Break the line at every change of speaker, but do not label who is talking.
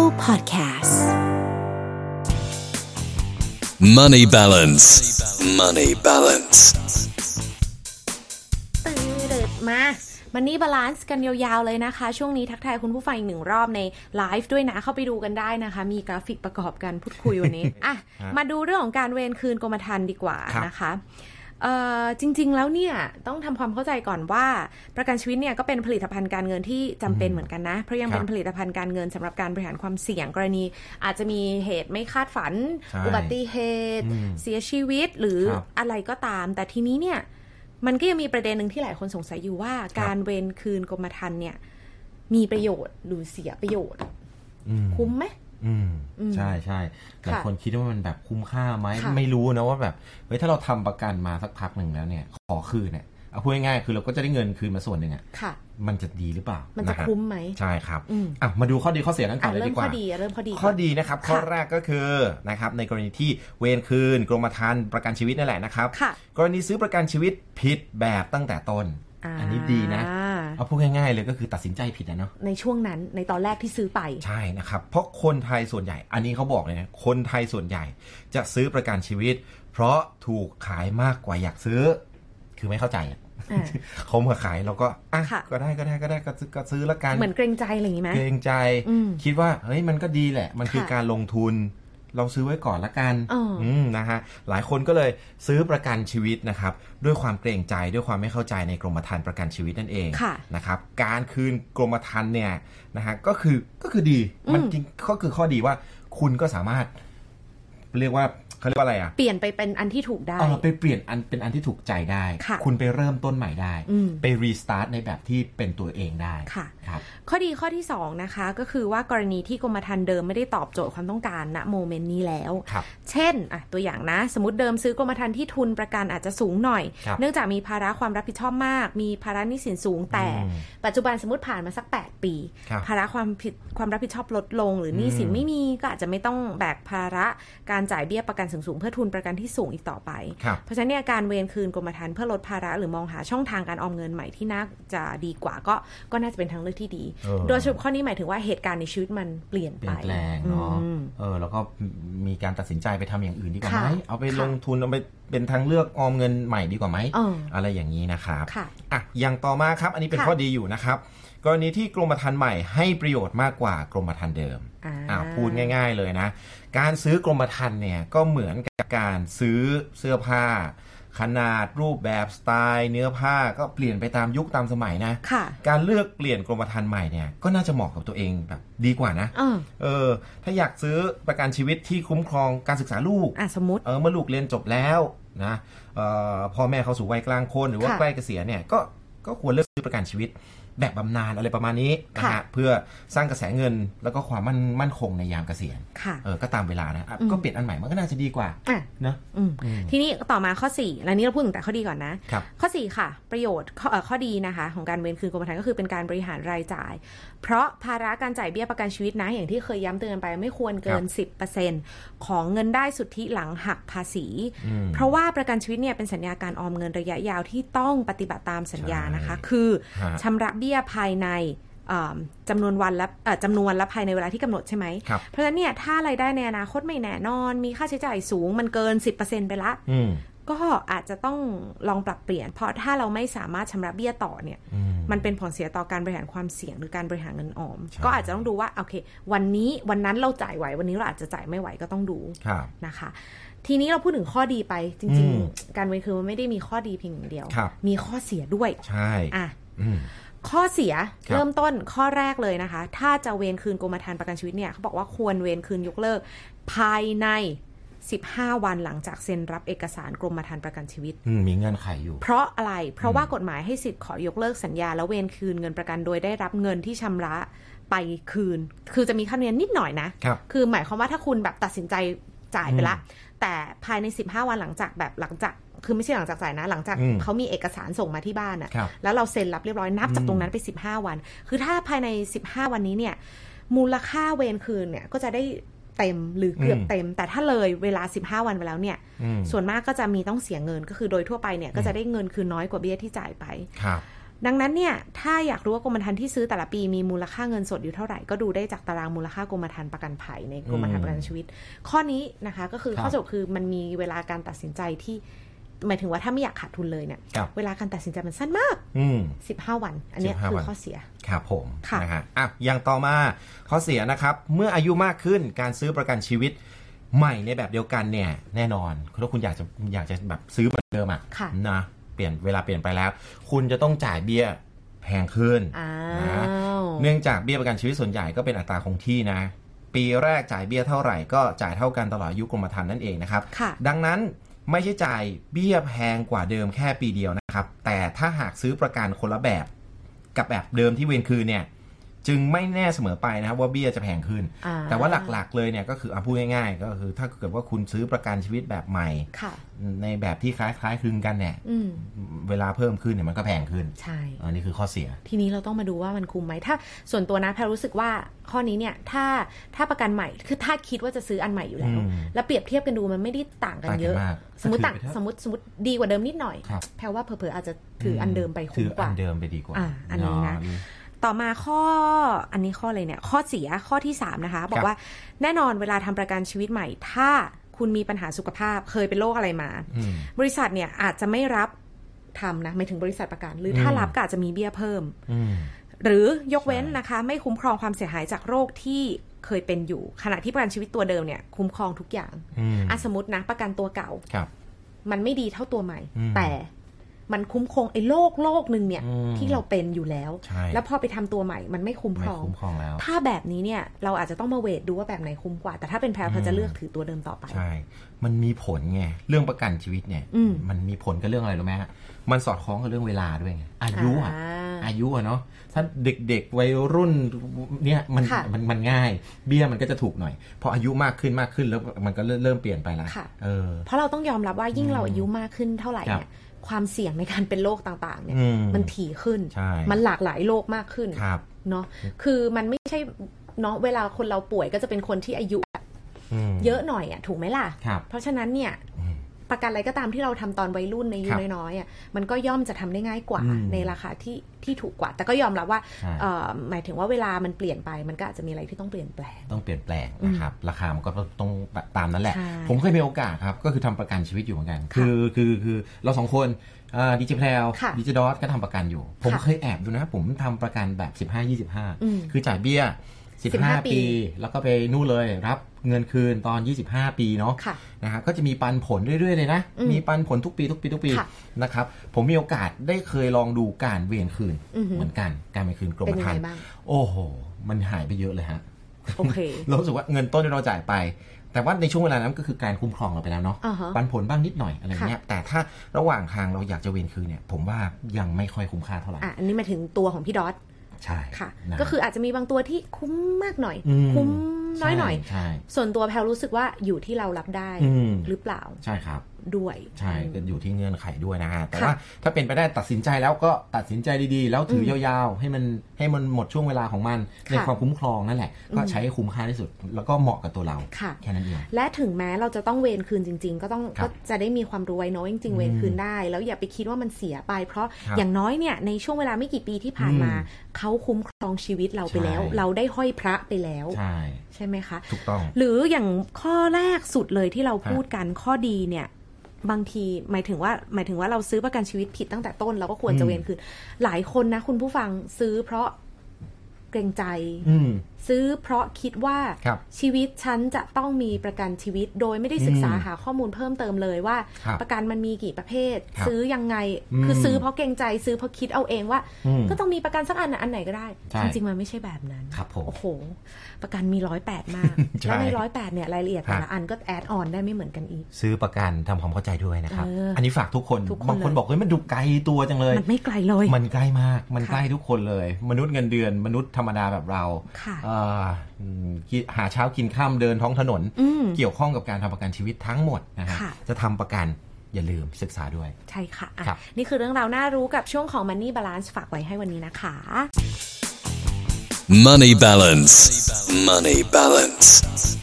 Podcasts.
Money balance. Money balance.
ตื่นมามันนี่บาลานซ์กันยาวๆเลยนะคะ ช่วงนี้ทักทายคุณผู้ฟังอีกหนึ่งรอบในไลฟ์ด้วยนะ เข้าไปดูกันได้นะคะ มีกราฟิกประกอบกันพูดคุยวัน นี้ อ่ะ มาดูเรื่องของการเวรคืนกรมธรรม์ดีกว่า
ครับ
นะคะเอ่อจริงๆแล้วเนี่ยต้องทำความเข้าใจก่อนว่า ประกันชีวิตเนี่ยก็เป็นผลิตภัณฑ์การเงินที่จำเป็นเหมือนกันนะ เพราะยังเป็นผลิตภัณฑ์การเงินสำหรับการบริหารความเสี่ยงกรณี อาจจะมีเหตุไม่คาดฝัน
ใช่
อุบัติเหตุ
อืม
เสียชีวิตหรือ
ครับ
อะไรก็ตาม แต่ทีนี้เนี่ย มันก็ยังมีประเด็นหนึ่งที่หลายคนสงสัยอยู่ว่า การเวรคืนกรมธรรม์เนี่ย มีประโยชน์หรือเสียประโยชน์
อืม
คุ้มไหม
อืม
อืม
ใช่ใช่หลายคนคิดว่ามันแบบคุ้มค่าไหม
ค่ะ
ไม่รู้นะว่าแบบเฮ้ยถ้าเราทำประกันมาสักพักหนึ่งแล้วเนี่ย ขอคืนเนี่ยเอาพูดง่ายๆคือเราก็จะได้เงินคืนมาส่วนหนึ่งอ่ะ
ค่ะ
มันจะดีหรือเปล่า
มันจะ
ฮ
คุ้มไหม
ใช่ครับ
อืม
อ่ะมาดูข้อดีข้อเสียกันก่
อ่ะ
อนเลย
เริ่
ดี
ม
ก
ข้อ
ว่า
ดีอ่ะเริ่มข้อดี
ข้อ
ก่น
ดีนะครับ ข้อ
ค่ะ
แรกก็คือนะครับในกรณีที่เวรคืนกรมธรรม์ประกันชีวิตนั่นแหละนะครับ
ค่ะ
กรณีซื้อประกันชีวิตผิดแบบตั้งแต่ต้น
า
อันนี้ดีนะเอาพูดง่ายๆเลยก็คือตัดสินใจผิดนะเนาะ
ในช่วงนั้นในตอนแรกที่ซื้อไป
ใช่นะครับ เพราะคนไทยส่วนใหญ่ อันนี้เขาบอกเลยนะ คนไทยส่วนใหญ่จะซื้อประกันชีวิต เพราะถูกขายมากกว่าอยากซื้อ คือไม่เข้าใจอะ
อ่า
เขามาขายเราก็อ่ะ
ค่ะ
ก็ได้ก็ได้ก็ได้ก็ซื้อก็ซื้อละกัน
เหมือนเกรงใจอะไรอย่างนี้ไหม
เกรงใจ
อืม
คิดว่าเฮ้ยมันก็ดีแหละ มันคือ
ค่ะ
การลงทุน เราซื้อไว้ก่อนละกัน
เอออื
มนะฮะหลายคนก็เลยซื้อประกันชีวิตนะครับ ด้วยความเกรงใจด้วยความไม่เข้าใจในกรมธรรม์ประกันชีวิตนั่นเอง
ค่ะ
นะครับ การคืนกรมธรรม์เนี่ยนะฮะก็คือก็คือดีมันจริงก็คือข้อดีว่าคุณก็สามารถ เรียกว่าเขาเรียกว่าอะไรอ่ะ
เปลี่ยนไปเป็นอันที่ถูกได้
เออไปเปลี่ยนอันเป็นอันที่ถูกใจได้
ค่ะ
คุณไปเริ่มต้นใหม่ได้
อืม
ไปรีสตาร์ทในแบบที่เป็นตัวเองได้
ค่ะ
ครับ
ข้อดีข้อที่ 2 นะคะ ก็คือว่ากรณีที่กรมธรรม์เดิมไม่ได้ตอบโจทย์ความต้องการณโมเมนต์นี้แล้ว
ครับ
เช่นอ่ะตัวอย่างนะ สมมติเดิมซื้อกรมธรรม์ที่ทุนประกันอาจจะสูงหน่อย
ครับ
เนื่องจากมีภาระความรับผิดชอบมาก มีภาระหนี้สินสูงแต่
อืม
ปัจจุบันสมมติผ่านมาสัก 8 ปี
ครับ
ภาระความผิดความรับผิดชอบลดลง หรือหนี้สิน
อืม
ไม่มีก็อาจจะไม่ต้องแบกภาระการจ่ายเบี้ยประกันสูงสูงๆเพื่อทุนประกันที่สูงอีกต่อไป
ครับ
เพราะฉะนั้นเนี่ยการเวรคืนกรมธรรม์เพื่อลดภาระหรือมองหาช่องทางการออมเงินใหม่ที่น่าจะดีกว่าก็ก็น่าจะเป็นทางเลือกที่ดี
เออ
โดยสรุปข้อนี้หมายถึงว่าเหตุการณ์ในชีวิตมันเปลี่ยน
เป
ไป
ลี่ยนแปลงเนาะ
อืม
เออ แล้วก็มีการตัดสินใจไปทำอย่างอื่นดีกว่า
ค่ะ
ไหม เอาไป
ค่ะ
ลงทุน เอาไปเป็นทางเลือกออมเงินใหม่ดีกว่าไหม
เอออ
อะไรอย่างนี้นะครับ
ค่ะ
อ่ะ อย่างต่อมาครับ อันนี้เป็น
ค่ะ
ข้อดีอยู่นะครับ กรณีที่กรมธรรม์ใหม่ให้ประโยชน์มากกว่ากรมธรรม์เดิม
อ่า
ะพูดง่าย ๆเลยนะ การซื้อกรมธรรม์เนี่ยก็เหมือนกับการซื้อเสื้อผ้า ขนาดรูปแบบสไตล์ เนื้อผ้าก็เปลี่ยนไปตามยุคตามสมัยนะ
ค่ะ
การเลือกเปลี่ยนกรมธรรม์ใหม่เนี่ยก็น่าจะเหมาะกับตัวเองแบบดีกว่านะ
เออ
เออถ้าอยากซื้อประกันชีวิตที่คุ้มครองการศึกษาลูก
อ่ะสมมติ
เออเมื่อลูกเรียนจบแล้วนะเออพ่อแม่เขาสู่วัยกลางคนหรือว่า
ค่ะ
ใกล้เกษียณเนี่ยก็ก็ควรเลือกซื้อประกันชีวิตแบบบำนาญอะไรประมาณนี้นะ
ค่ะ
ฮะเพื่อสร้างกระแสเงินแล้วก็ความมั่นมั่นคงในยามเกษียณ
ค่ะ
เออก็ตามเวลานะอ่ะ
อืม
ก็เปลี่ยนอันใหม่มันก็น่าจะดีกว่า
อ่ะ
เนอะ
อืม
อืม
ทีนี้ต่อมาข้อ4แล้วนี้เราพูดถึงแต่ข้อดีก่อนนะ
ครับ
ข้อ 4 ค่ะ ประโยชน์ข้อเอ่อข้อดีนะคะ ของการเวรคืนกรมธรรม์ก็คือเป็นการบริหารรายจ่าย เพราะภาระการจ่ายเบี้ยประกันชีวิตนะ อย่างที่เคยย้ำเตือนไปไม่ควรเกิน 10%ของเงินได้สุทธิหลังหักภาษี
อืม
เพราะว่าประกันชีวิตเนี่ยเป็นสัญญาการออมเงินระยะยาวที่ต้องปฏิบัติตามสัญญานะคะ
ใช่
คือ
ฮะ
ชำระเบี้ยภายในเอ่อจำนวนวันและเอ่อจำนวนและภายในเวลาที่กำหนดใช่ไหม
ครับ
เพราะฉะนั้นเนี่ยถ้ารายได้ในอนาคตไม่แน่นอน มีค่าใช้จ่ายสูงมันเกิน 10%ไปละ
อืม
ก็อาจจะต้องลองปรับเปลี่ยน เพราะถ้าเราไม่สามารถชำระเบี้ยต่อเนี่ย
อืม
มันเป็นผลเสียต่อการบริหารความเสี่ยงหรือการบริหารเงินออม
ใช่
ก็อาจจะต้องดูว่าโอเค วันนี้วันนั้นเราจ่ายไหว วันนี้เราอาจจะจ่ายไม่ไหวก็ต้องดู
ครับ
นะคะ ทีนี้เราพูดถึงข้อดีไปจริง
อืม
ๆ การเวรคืนมันไม่ได้มีข้อดีเพียงอย่างเดียว
ครับ
มีข้อเสียด้วย
ใช่
อ่ะ
อืม
ข้อเสีย
ครับ
เริ่มต้นข้อแรกเลยนะคะ ถ้าจะเวรคืนกรมธรรม์ประกันชีวิตเนี่ยเขาบอกว่าควรเวรคืนยกเลิก ภายใน 15 วันหลังจากเซ็นรับเอกสารกรมธรรม์ประกันชีวิต
อืมมีเงื่อนไขอยู่
เพราะอะไร เพราะว่ากฎหมายให้สิทธิ์ขอยกเลิกสัญญา และเวรคืนเงินประกันโดยได้รับเงินที่ชำระไปคืน คือจะมีค่าเนียนนิดหน่อยนะครับอหมายความว่าถ้าคุณแบบตัดสินใจจ่ายไปละ แต่ภายใน 15 วันหลังจากแบบหลังจาก คือไม่ใช่หลังจากจ่ายนะ หลังจาก
อืม
เขามีเอกสารส่งมาที่บ้านอะ
ครับ
แล้วเราเซ็นรับเรียบร้อยนับจากตรงนั้นไป 15 วัน คือถ้าภายใน 15 วันนี้เนี่ย มูลค่าเวรคืนเนี่ยก็จะได้เต็มหรือเกือบเต็ม แต่ถ้าเลยเวลา 15 วันไปแล้วเนี่ย
อืม
ส่วนมากก็จะมีต้องเสียเงินก็คือโดยทั่วไปเนี่ยก็จะได้เงินคืนน้อยกว่าเบี้ยที่จ่ายไป
ครับ
ดังนั้นเนี่ยถ้าอยากรู้ว่ากรมธรรม์ที่ซื้อแต่ละปีมีมูลค่าเงินสดอยู่เท่าไหร่ก็ดูได้จากตารางมูลค่ากรมธรรม์ประกันภัยในกรมธรรม์ประกันชีวิต ข้อนี้นะคะก็คือ
ครับ
ข้อสรุปคือมันมีเวลาการตัดสินใจที่หมายถึงว่าถ้าไม่อยากขาดทุนเลยเนี่ย
ครับ
เวลาการตัดสินใจมันสั้นมาก
อืม
15 วัน อันเนี้ย
15
คือ
วัน
ข้อเสีย
ครับผม
ค่ะ
นะฮะอ่ะอย่างต่อมาข้อเสียนะครับ เมื่ออายุมากขึ้นการซื้อประกันชีวิต ใหม่ในแบบเดียวกันเนี่ย แน่นอนถ้าคุณอยากจะอยากจะแบบซื้อเหมือนเดิมอ่ะ
ค่ะ
นะเปลี่ยนเวลาเปลี่ยนไปแล้ว คุณจะต้องจ่ายเบี้ยแพงขึ้น
อ้า
นะ
ว
เนื่องจากเบี้ยประกันชีวิตส่วนใหญ่ก็เป็นอัตราคงที่นะ ปีแรกจ่ายเบี้ยเท่าไหร่ก็จ่ายเท่ากันตลอดอายุกรมธรรม์นั่นเองนะครับ
ค่ะ
ดังนั้นไม่ใช่จ่ายเบี้ยแพงกว่าเดิมแค่ปีเดียวนะครับ แต่ถ้าหากซื้อประกันคนละแบบกับแบบเดิมที่เวนคืนเนี่ย จึงไม่แน่เสมอไปนะครับว่าเบี้ยจะแพงขึ้น
อ่า
แต่ว่าหลักๆเลยเนี่ยก็คือเอาพูดง่ายๆ ก็คือถ้าเกิดว่าคุณซื้อประกันชีวิตแบบใหม่
ค่ะ
ในแบบที่คล้ายๆคลึงกันเนี่ย
อืม
เวลาเพิ่มขึ้นเนี่ยมันก็แพงขึ้น
ใช่
อันนี้คือข้อเสีย
ทีนี้เราต้องมาดูว่ามันคุ้มไหมถ้าส่วนตัวนะแพรรู้สึกว่าข้อนี้เนี่ยถ้าถ้าประกันใหม่คือถ้าคิดว่าจะซื้ออันใหม่อยู่แล้ว
อืม
แล้วเปรียบเทียบกันดูมันไม่ได้ต่างกัน
ต่างกัน
เยอะ
มาก
สมมติ
ก็
ต่าง
ถือไปเถอะ
สมมติสมมติดีกว่าเดิมนิดหน่อย
ครับ
แพรว่าเผลอๆอาจจะถืออันเดิมไปคุ้มกว่า
ถืออันเดิมไปดีกว่า
อ่าอันนี้นะ
เา
ต่อมาข้ออันนี้ข้ออะไรเนี่ยข้อเสียข้อที่ 3 นะคะ บอ
ครั
ก
บ
ว่าแน่นอนเวลาทำประกันชีวิตใหม่ ถ้าคุณมีปัญหาสุขภาพเคยเป็นโรคอะไรมา
อืม
บริษัทเนี่ยอาจจะไม่รับทำนะไม่ถึงบริษัทประกัน หรืออ
ม
ถ้ารับก็อาจจะมีเบี้ยเพิ่ม
อืม
หรือยกเว้น
ใช่
นะคะ ไม่คุ้มครองความเสียหายจากโรคที่เคยเป็นอยู่ ขณะที่ประกันชีวิตตัวเดิมเนี่ยคุ้มครองทุกอย่าง
อืม
อ่ะสมมตินะประกันตัวเก่า
ครับ
มันไม่ดีเท่าตัวใหม่
อืม
แต่มันคุ้มครองไอ้โรคโรคหนึ่งเนี่ย
อืม
ที่เราเป็นอยู่แล้ว
ใช่
แล้วพอไปทำตัวใหม่มันไม่คุ้มค
ไม่
รอง
คุ้มครองแล้ว
ถ้าแบบนี้เนี่ยเราอาจจะต้องมาเวทดูว่าแบบไหนคุ้มกว่า แต่ถ้าเป็นแพร
อืม
พรจะเลือกถือตัวเดิมต่อไป
ใช่ มันมีผลไง เรื่องประกันชีวิตเนี่ย
อืม
มันมีผลกับเรื่องอะไรรู้ไหมฮะ มันสอดคล้องกับเรื่องเวลาด้วยไง อายุอ่ะ
อ่า
อายุอ่ะเนาะ ถ้าเด็กๆวัยรุ่นเนี่ยมัน
ค่ะ
มันมันง่าย เบี้ยมันก็จะถูกหน่อย พออายุมากขึ้นมากขึ้นแล้วมันก็เริ่มเริ่มเปลี่ยนไปละ
ค่ะ
เออ
เพราะเราต้องยอมรับว่ายิ่งเราอายุมากขึ้นเท่าไหร่เนี่ยความเสี่ยงในการเป็นโรคต่างๆเนี่ย
อืม
มันถี่ขึ้น
ใช่
มันหลากหลายโรคมากขึ้น
ครับ
เนาะ คือมันไม่ใช่เนาะเวลาคนเราป่วยก็จะเป็นคนที่อายุ
ม
เยอะหน่อยอะ่ะถูกไหมล่ะ
ครับ
เพราะฉะนั้นเนี่ยประกันอะไรก็ตามที่เราทำตอนวัยรุ่นในอายุ
ครับ
น้อยๆอะ่ะมันก็ย่อมจะทำได้ง่ายกว่า
อืม
ในราคาที่ที่ถูกกว่า แต่ก็ยอมรับว่า
ใช่
เอ่อหมายถึงว่าเวลามันเปลี่ยนไปมันก็อาจจะมีอะไรที่ต้องเปลี่ยนแปลง
ต้องเปลี่ยนแปลงนะครับ ราคามันก็ต้องตามนั้นแหละ
ใช่
ผมเคยมีโอกาสครับ ก็คือทำประกันชีวิตอยู่เหมือนกัน
ค่ะ
คือคือคือเราสองคนดิจิแพลว
ค่ะ
ดิจิดอสก็ทำประกันอยู่ ผม
ค่ะ
เคยแอบดูนะ ผมทำประกันแบบ 15
อืม
25 คือจ่ายเบี้ย
15
15 ปี แล้วก็ไปนู่นเลย รับเงินคืนตอน 25 ปีเนาะ
ค่ะ
นะครับก็จะมีปันผลเรื่อยๆเลยนะ
อืม
มีปันผลทุกปีทุกปีทุกปี
ค่ะ
นะครับผมมีโอกาสได้เคยลองดูการเวียนคืน
อือหือ
เหมือนกันการเวียนคืนกร
เป็น
ม
ยัง
ธรร
ไง
ม์
บ้าง
โอ้โห มันหายไปเยอะเลยฮะ
โอ เค
เรารู้สึกว่าเงินต้นที่เราจ่ายไป แต่ว่าในช่วงเวลานั้นก็คือการคุ้มครองเราไปแล้วเนาะ
อ่าฮะ
ปันผลบ้างนิดหน่อยอะไรเงี้ยแต่ถ้าระหว่างทางเราอยากจะเวนคืนเนี่ย ผมว่ายังไม่ค่อยคุ้มค่าเท่าไหร่
อ่ะอันนี้หมายถึงตัวของพี่ดอส
ใช่
ค่ะ
นะ
ก็คืออาจจะมีบางตัวที่คุ้มมากหน่อย
อืม
คุ้มน้อยหน่อย
ใช่
ส่วนตัวแพลรู้สึกว่าอยู่ที่เรารับได้
ใช่อืม
หรือเปล่า
ใช่ครับ
ด้วย
ใช่ก็อยู่ที่เงื่อนไขด้วยนะฮะแต่
ค่ะ
ว่าถ้าเป็นไปได้ตัดสินใจแล้วก็ตัดสินใจดีๆ แล้วถืออยาวๆ ให้มันให้มันหมดช่วงเวลาของมันใน
ค่ะ
ความคุ้มครองนั่นแหละ ก็
อืม
ใช้ให้คุ้มค่าที่สุด แล้วก็เหมาะกับตัวเรา
ค่ะ
แค่นั้นเอง
และถึงแม้เราจะต้องเวรคืนจริง ๆ ก็ต้อง
ครั
ก็
บ
จะได้มีความรู้ไว้เนอะจริง
อื
ๆ
ม
เวรคืนได้ แล้วอย่าไปคิดว่ามันเสียไป เพราะ
ครับ
อย่างน้อยเนี่ยในช่วงเวลาไม่กี่ปีที่ผ่านมา
อืม
เขาคุ้มครองชีวิตเราไปแล้ว
ใช่
เราได้ห้อยพระไปแล้ว
ใช่
ใช่ไหมคะ
ถูกต้อง
หรืออย่างข้อแรกสุดเลยที่เราพูดกันข้อดีเนี่ย บางทีหมายถึงว่า หมายถึงว่าเราซื้อประกันชีวิตผิดตั้งแต่ต้นเราก็ควรจะ
อืม
เวรคืนหลายคนนะ คุณผู้ฟังซื้อเพราะเกรงใจ
อืม
ซื้อเพราะคิดว่า
ครับ
ชีวิตฉันจะต้องมีประกันชีวิต โดยไม่ได้ศึกษา
อืม
หาข้อมูลเพิ่มเติมเลยว่า
ครับ
ประกันมันมีกี่ประเภท
ครับ
ซื้อยังไง
อืม
คือซื้อเพราะเกรงใจซื้อเพราะคิดเอาเองว่า
อืม
ก็ต้องมีประกันสักอันนะอันไหนก็ได้
ใช่
จริงๆมันไม่ใช่แบบนั้น
ครับผม
โอ้โห ประกันมีร้อยแปดมาก
ใช่
แล้วในร้อยแปดเนี่ยรายละเอียดแต่
ครั
ละ
บ
อันก็แอดออนได้ไม่เหมือนกันอีก
ซื้อประกันทำความเข้าใจด้วยนะครับ
เอออั
อันนี้ฝากทุกคน
ทุกคน
บางคน
เลย
บอกเฮ้ยมันดูไกลตัวจังเลย
มันไม่ไกลเลย
มันใกล้มาก มัน
ค่ะ
ใกล้ทุกคนเลย มนุษย์เงินเดือน มนุษย์ธรรมดาแบบเรา
ค่ะ
เอ่ออืมกิหาเช้ากินข้ามเดินท้องถนน
อืม
เกี่ยวข้องกับการทำประกันชีวิตทั้งหมดนะฮะ
ค่ะ
จะทำประกันอย่าลืมศึกษาด้วย
ใช่ค่ะอ่ะ
ครับ
นี่คือเรื่องราวน่ารู้กับช่วงของ Money Balance ฝากไว้ให้วันนี้นะคะ
Money balance. Money balance.